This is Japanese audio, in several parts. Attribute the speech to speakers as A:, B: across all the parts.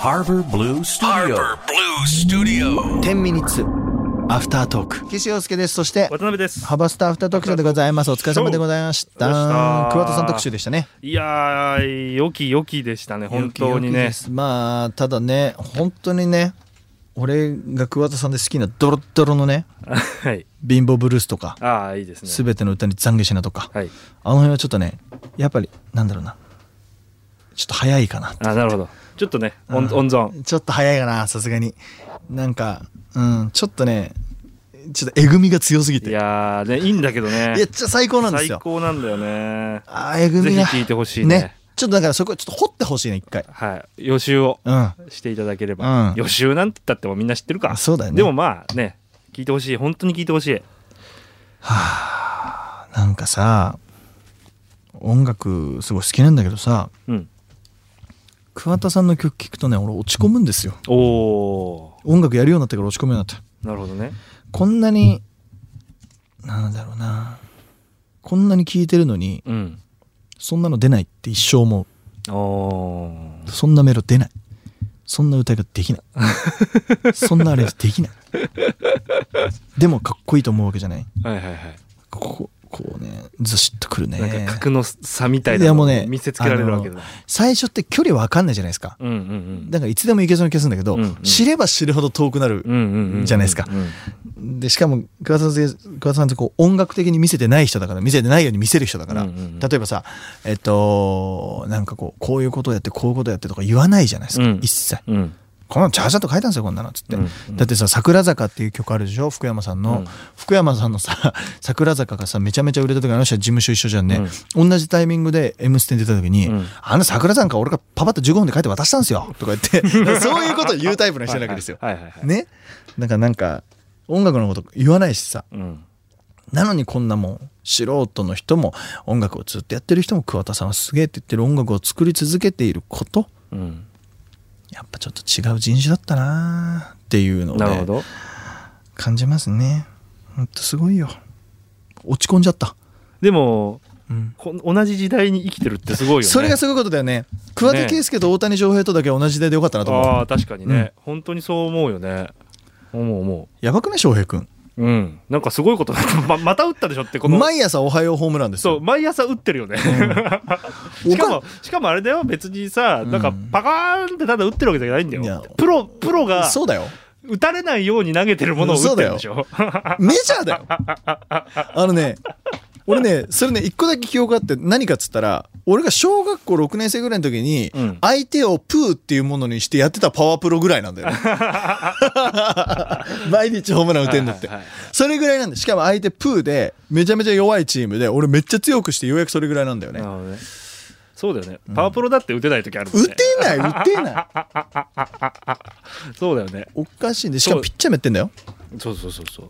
A: Harbor Blue Studio.
B: Harbor Blue Studio.
C: 10ミニッツアフタートーク岸洋介ですそして
D: 渡辺です。
C: ハバスターアフタートークショーでございますお疲れ様でございました
D: お疲れ様でした
C: 桑田さん特集でしたね
D: いやー、良き良きでしたね、本当に
C: よきよき
D: ね
C: で。すまあただね本当にね俺が桑田さんで好きなドロッドロのね
D: はい。
C: 貧乏ブルースとか
D: ああ、いいですね。
C: 全ての歌に懺悔しなとか、
D: はい。
C: あの辺はちょっとねやっぱりなんだろうなちょっと早いかな
D: あなるほど。ちょっとね、温
C: うん
D: 温存。
C: ちょっと早いかなさすがになんかうんちょっとねちょっとえぐみが強すぎて
D: い
C: いや
D: やー、ね、いいんだけどね
C: い。やちょ最高なんです
D: 最
C: よ
D: 高なんだよね。
C: あーえぐ
D: ぜ
C: み
D: ひ
C: が
D: 聞いてほしいね
C: ちょっとだからそこちょっと掘ってほしいね一回
D: はい。予習を
C: うん
D: していただければ。
C: うん
D: 予習なんて言ったってもみんな知ってるか。
C: そうだよね
D: でもまあね、聞いてほしい。本当に聞いてほしい。
C: なんかさ音楽すごい好きなんだけどさ
D: うん。
C: 桑田さんの曲聴くとね俺落ち込むんですよ
D: おお
C: 音楽やるようになってから落ち込むようになった
D: ー。なるほどね。
C: こんなになんだろうなこんなに聴いてるのに
D: うん。
C: そんなの出ないって一生思
D: お
C: うそんなメロ出ないそんな歌ができない そんなアレンジできないでもかっこいいと思うわけじゃない
D: ー。はいはいはい。
C: こうこうねずしっとくるね
D: なんか格の差みたい
C: い
D: な
C: や
D: の
C: もう
D: を
C: ね
D: 見せつけられるわけだ。
C: 最初って距離わかんないじゃないですか
D: うんうんうん。
C: だからいつでも行けそうな気がするんだけど、
D: うんうん
C: 知れば知るほど遠くなる、
D: うんうんうんうん
C: じゃないですかでしかも桑田さんって桑田さんってこう音楽的に見せてない人だから見せてないように見せる人だから、
D: うんうんうん
C: 例えばさえっとなんかこうこういうことやってこういうことやってとか言わないじゃないですか、
D: うん
C: 一切
D: うんうん
C: このチャージャーと書いたんですよこんなのっつって、
D: うんうん
C: だってさ「桜坂」っていう曲あるでしょ福山さんの、
D: うん
C: 福山さんのさ 「桜坂」がさめちゃめちゃ売れた時あの人は事務所一緒じゃんね、同じタイミングで「M ステ」に出た時に「
D: うん
C: あの桜坂俺がパパッと15分で書いて渡したんですよ」とか言って そういうことを言うタイプの人なわけですよ。
D: はいはいはい。
C: ねなんかなんか音楽のこと言わないしさ
D: うん。
C: なのにこんなもん素人の人も音楽をずっとやってる人も桑田さんはすげえって言ってる音楽を作り続けていること
D: うん。
C: やっぱちょっと違う人種だったなーっていうのを
D: なる
C: ね
D: ほど。
C: 感じますねほんとすごいよ落ち込んじゃった、
D: でも、
C: うん
D: こ同じ時代に生きてるってすごいよね。
C: それがすごいことだよね桑田
D: ね
C: 佳祐と大谷翔平とだけ同じ時代でよかったなと思う、
D: ああ、確かにね、本当にそう思うよね。思う思
C: やばくない翔平くん
D: う。うん。なんかすごいこと ままた打ったでしょって、この。
C: 毎朝おはようホームランです
D: そう
C: よ
D: 毎朝打ってるよね、 しかもしかもあれだよ別にさ、なんかパカーンってただ打ってるわけじゃないんだ
C: いや
D: よプロプロが
C: そうだよ
D: 打たれないように投げてるものを打ってるんでしょ
C: メジャーだよあのね俺ねそれね一個だけ記憶あって何かっつったら俺が小学校6年生ぐらいの時に
D: うん
C: 相手をプーっていうものにしてやってたパワープロぐらいなんだ よね毎日ホームラン打てんのって
D: はいはいはい
C: それぐらいなんでしかも相手プーでめちゃめちゃ弱いチームで俺めっちゃ強くしてようやくそれぐらいなんだよね
D: なるほどねそうだよね、パワープロだって打てない時あるもん
C: 打
D: ね
C: てない打てない
D: そうだよね
C: おかしいんでしかもピッチャーもやってんだよ
D: そうそうそうそ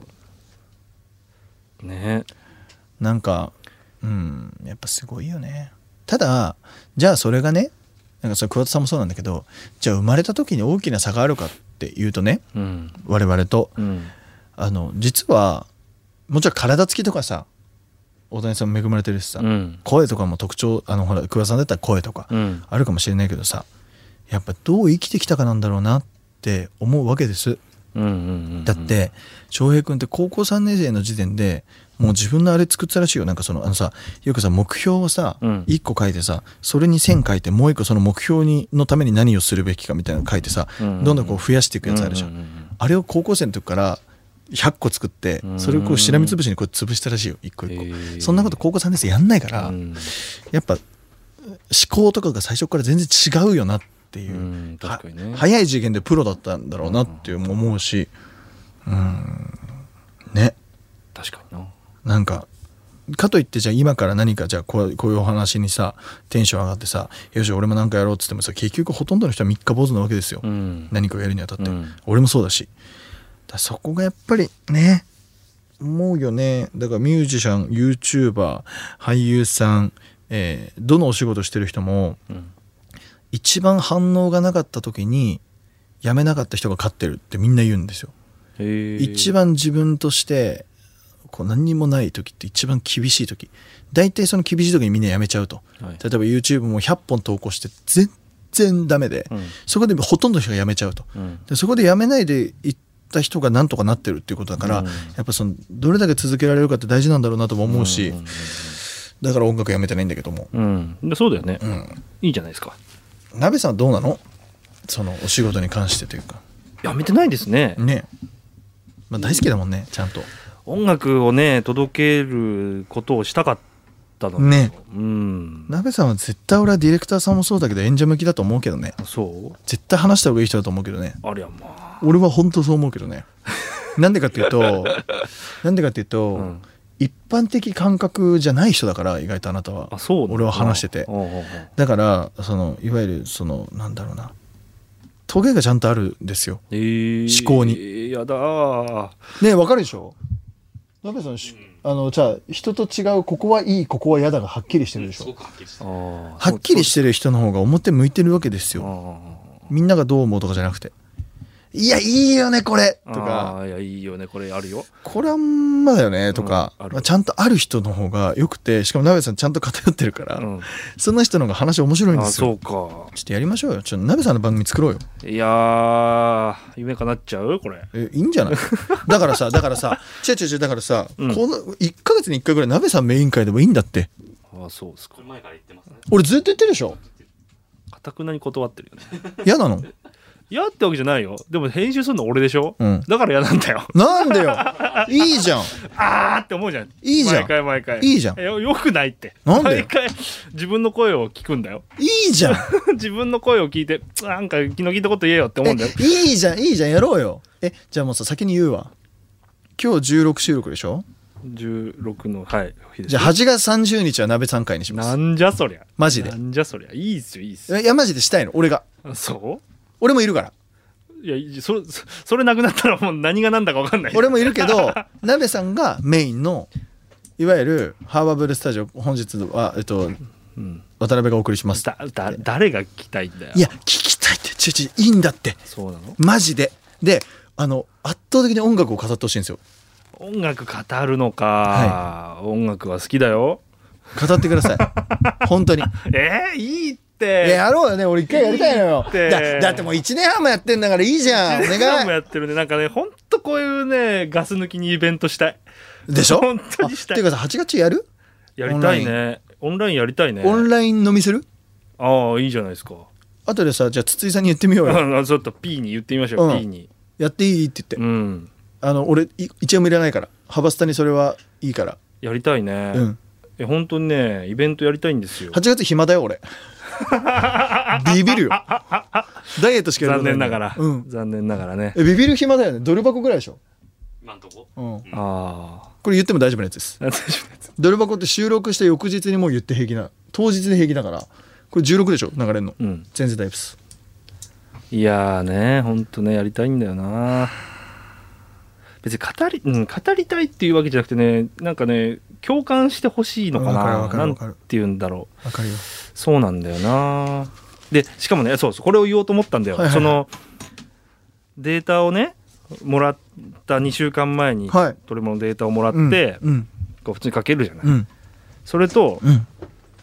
D: うね
C: なんかうんやっぱすごいよねただじゃあそれがねなんかそれ桑田さんもそうなんだけどじゃあ生まれた時に大きな差があるかっていうとね
D: うん
C: 我々と
D: うん
C: あの実はもちろん体つきとかさ大谷さんも恵まれてるしさ、
D: うん
C: 声とかも特徴あのほら桑田さんだったら声とか
D: うん
C: あるかもしれないけどさやっぱどう生きてきたかなんだろうなって思うわけです
D: うんうんうん
C: だって翔平君って高校3年生の時点でもう自分のあれ作ってたらしいよなんかそのあのさよくさ目標をさ、
D: うん
C: 1個書いてさそれに線書いてもう1個その目標にのために何をするべきかみたいなの書いてさ、
D: うん
C: どんどんこう増やしていくやつあるじゃん,、
D: うんうんうんうん
C: あれを高校生の時から100個作って
D: うん
C: それをこうしらみつぶしにこう潰したらしいよ1個1個、
D: へー
C: そんなこと高校3年生やんないから、
D: うん
C: やっぱ思考とかが最初から全然違うよなっていう、
D: うん確かにね
C: は早い次元でプロだったんだろうなっていう思うしうんね
D: 確かにな
C: なんかかといってじゃあ今から何かじゃあこうこういうお話にさテンション上がってさよし俺も何かやろうっつってもさ結局ほとんどの人は三日坊主なわけですよ、
D: うん
C: 何かをやるにあたって、
D: うん
C: 俺もそうだしだからそこがやっぱりね思うよねだからミュージシャン YouTuber 俳優さん、えーどのお仕事してる人も
D: うん
C: 一番反応がなかった時に辞めなかった人が勝ってるってみんな言うんですよ。
D: へー
C: 一番自分としてこう何にもない時って一番厳しい時大体その厳しい時にみんな辞めちゃうと、
D: はい
C: 例えば YouTube も100本投稿して全然ダメで、
D: うん
C: そこでほとんどの人が辞めちゃうと、
D: うん
C: でそこで辞めないでいった人がなんとかなってるっていうことだから、
D: うん
C: やっぱそのどれだけ続けられるかって大事なんだろうなとも思うし、だから音楽やめてないんだけども、
D: うん、でそうだよね、
C: うん、
D: いいじゃないですか
C: 鍋さんはどうなのそのお仕事に関してというか
D: やめてないですね、
C: ね、まあ、大好きだもんねちゃんと
D: 音楽をね届けることをしたかったの
C: ね
D: うん
C: 鍋さんは絶対俺はディレクターさんもそうだけど演者向きだと思うけどね
D: そう
C: 絶対話した方がいい人だと思うけどね
D: ありゃまあ
C: 俺は本当そう思うけどね なんでかっていうとなんでかっていうと、
D: うん
C: 一般的感覚じゃない人だから意外とあなたは
D: あそうなんだ
C: 俺は話してて
D: うんうんうん
C: だからそのいわゆるそのなんだろうなトゲがちゃんとあるんですよ
D: えー
C: 思考に
D: やだー
C: ねえわかるでしょ鍋さんしあのじゃあ人と違うここはいいここは嫌だがはっきりしてるでしょ、
D: あー
C: はっきりしてる人の方が表向いてるわけです
D: そう
C: よ
D: あ
C: みんながどう思うとかじゃなくていやいいよねこれ
D: ー
C: とか
D: あーいやいいよねこれあるよ
C: これあんまだよねとか、
D: うんある
C: まあ、ちゃんとある人の方がよくてしかも鍋さんちゃんと偏ってるから、
D: うん
C: そんな人の方が話面白いん
D: あ
C: ですよ
D: そうか
C: ちょっとやりましょうよちょっと鍋さんの番組作ろうよ
D: いやー夢かなっちゃうこれ
C: えいいんじゃない だからさだからさ違う違う違うだからさ、
D: うん
C: この1ヶ月に1回ぐらい鍋さんメイン会でもいいんだって
D: あそうですか
C: 俺ずっと言ってるでしょ
D: かたくなに断ってるよね
C: 嫌なの
D: 嫌ってわけじゃないよでも編集するの俺でしょ、
C: うん
D: だから嫌なんだよ
C: なんで よいいじゃん
D: あーって思うじゃん
C: いいじゃん
D: 毎回毎回
C: いいじゃん
D: よよくないって
C: なんでよ
D: 毎回自分の声を聞くんだよ
C: いいじゃん
D: 自分の声を聞いてなんか気の利いたこと言えよって思うんだよ
C: えいいじゃんいいじゃんやろうよえじゃあもうさ先に言うわ今日16収録でしょ
D: 16のはい日です
C: じゃあ8月30日は鍋さん会にします
D: なんじゃそりゃ
C: マジで
D: なんじゃそりゃいいっすよいいっすよ
C: えいやマジでしたいの俺が
D: そ
C: 俺もいるから
D: ういやいそそそれなくなったらもう何が何だか分かんない
C: 俺もいるけ ど鍋さんがメインのいわゆるハーバーブルースタジオ本日は、えっと、
D: うん
C: 渡辺がお送りします
D: だだ誰が聞きたいんだよ
C: いや聞きたいってちょちょいいんだって
D: そうなの
C: マジでであの圧倒的に音楽を飾ってほしいんですよ
D: 音楽語るのか、音楽は好きだよ
C: 語ってくだ さい本当に
D: えー、いいっ
C: い
D: て
C: ややろうよね俺一回やりたいのよ
D: いいって
C: だだってもう1年半もやってんだからいいじゃんお
D: 何も
C: 願い
D: やってるねなんかねほんとこういうねガス抜きにイベントしたい
C: でしょ
D: 本当にし
C: あっ
D: たい
C: ていうかさ8月やる
D: やりたいねオンラインやりたいね
C: オンライン飲みする
D: ああいいじゃないですか
C: 後でさじゃあ筒井さんに言ってみようよ
D: あ ちょっと P に言ってみましょう、
C: うん
D: P に
C: やっていいって言って
D: うん
C: あの俺い一円もいらないから幅スタにそれはいいから
D: やりたいね、
C: うん
D: え本当にねイベントやりたいんですよ
C: 8月暇だよ 俺ビ ビるよダイエットしかやる
D: 残念ながら、
C: うん、
D: 残念ながらね
C: えビビる暇だよねドル箱ぐらいでしょ今んとこ、うん、
D: あ
C: これ言っても大丈夫なやつです
D: あ
C: ドル箱って収録して翌日にもう言って平気な当日で平気だからこれ16でしょ流れるの、
D: うん
C: 全然大丈夫です
D: いやーねほんとねやりたいんだよな別に語り、うん、語りたいっていうわけじゃなくてねなんかね共感してほしいのか
C: わかる
D: な
C: わかるわ
D: なん
C: かる
D: て言うんだろう
C: わかるよ
D: そうなんだよなでしかもねそうそうこれを言おうと思ったんだよ、
C: はいはいはい
D: そのデータをねもらった2週間前に、
C: はい
D: トレモのデータをもらって、
C: うん
D: こう普通にかけるじゃない、
C: うん
D: それと
C: うん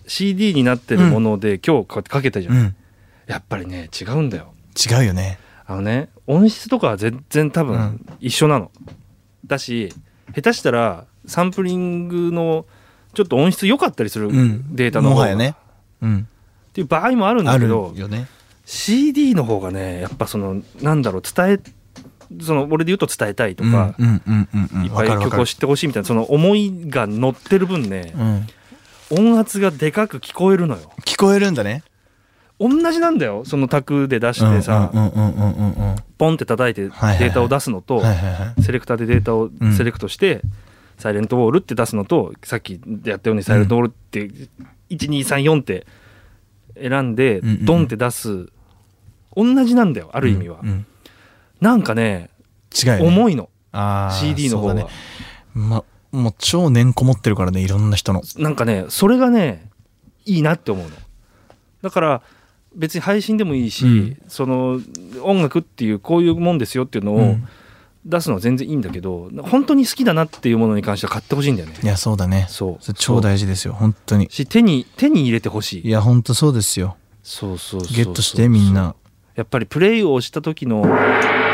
D: CD になってるもので、今日こうやってかけたじゃ、
C: うんん
D: やっぱりね違うんだよ
C: 違うよね
D: あのね音質とかは全然多
C: う
D: 分一緒なの、だし下手したらサンプリングのちょっと音質良かったりする
C: うん
D: データの方
C: も
D: が、
C: はやねうん
D: っていう場合もあるん
C: あ
D: だけ
C: る
D: ど
C: よね
D: CD の方がねやっぱそのなんだろう伝えその俺で言うと伝えたいとか、
C: うんうんうんうんうん
D: いっぱい曲を知ってほしいみたいなその思いが乗ってる分ね
C: うん、
D: 音圧がでかく聞こえるのよ
C: 聞こえるんだね
D: 同じなんだよその卓で出してさ、
C: うんうんうんうんうんうん
D: ポンって叩いてデ
C: はいはい
D: ータを出すのと、
C: はいはいはい
D: セレクターでデータを
C: うん
D: セレクトして、サイレントウォールって出すのとさっきやったようにサイレントウォールって1234って選んで
C: うんうんうん
D: ドンって出す同じなんだよある意味は、
C: うんうん
D: なんかね
C: 違うよね
D: 重いの
C: あー
D: CD の方
C: そ
D: が、
C: うだねまもう超年こもってるからねいろんな人の
D: なんかねそれがねいいなって思うのだから別に配信でもいいし、
C: うん
D: その音楽っていうこういうもんですよっていうの
C: う
D: を
C: ん
D: 出すのは全然いいんだけど、本当に好きだなっていうものに関しては買ってほしいんだよね
C: いやそうだね
D: そう
C: それ超大事ですよ本当に
D: し手に手に入れてほし
C: い
D: い
C: や本当そうですよ
D: そうそうそうそう
C: ゲットしてみんな
D: やっぱりプレイをした時の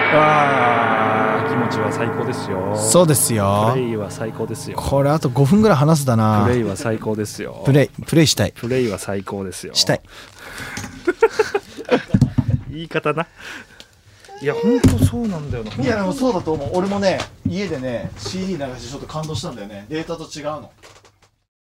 D: あー気持ちは最高ですよ
C: そうですよ
D: プレイは最高ですよ
C: これあと5分ぐらい話すだな
D: プレイは最高ですよ
C: プレイプレイしたい
D: プレイは最高ですよ
C: したい
D: 言い方ないや本当そうなんだよない
C: いやでもそうだと思う俺もね家でね CD 流してちょっと感動したんだよねデータと違うの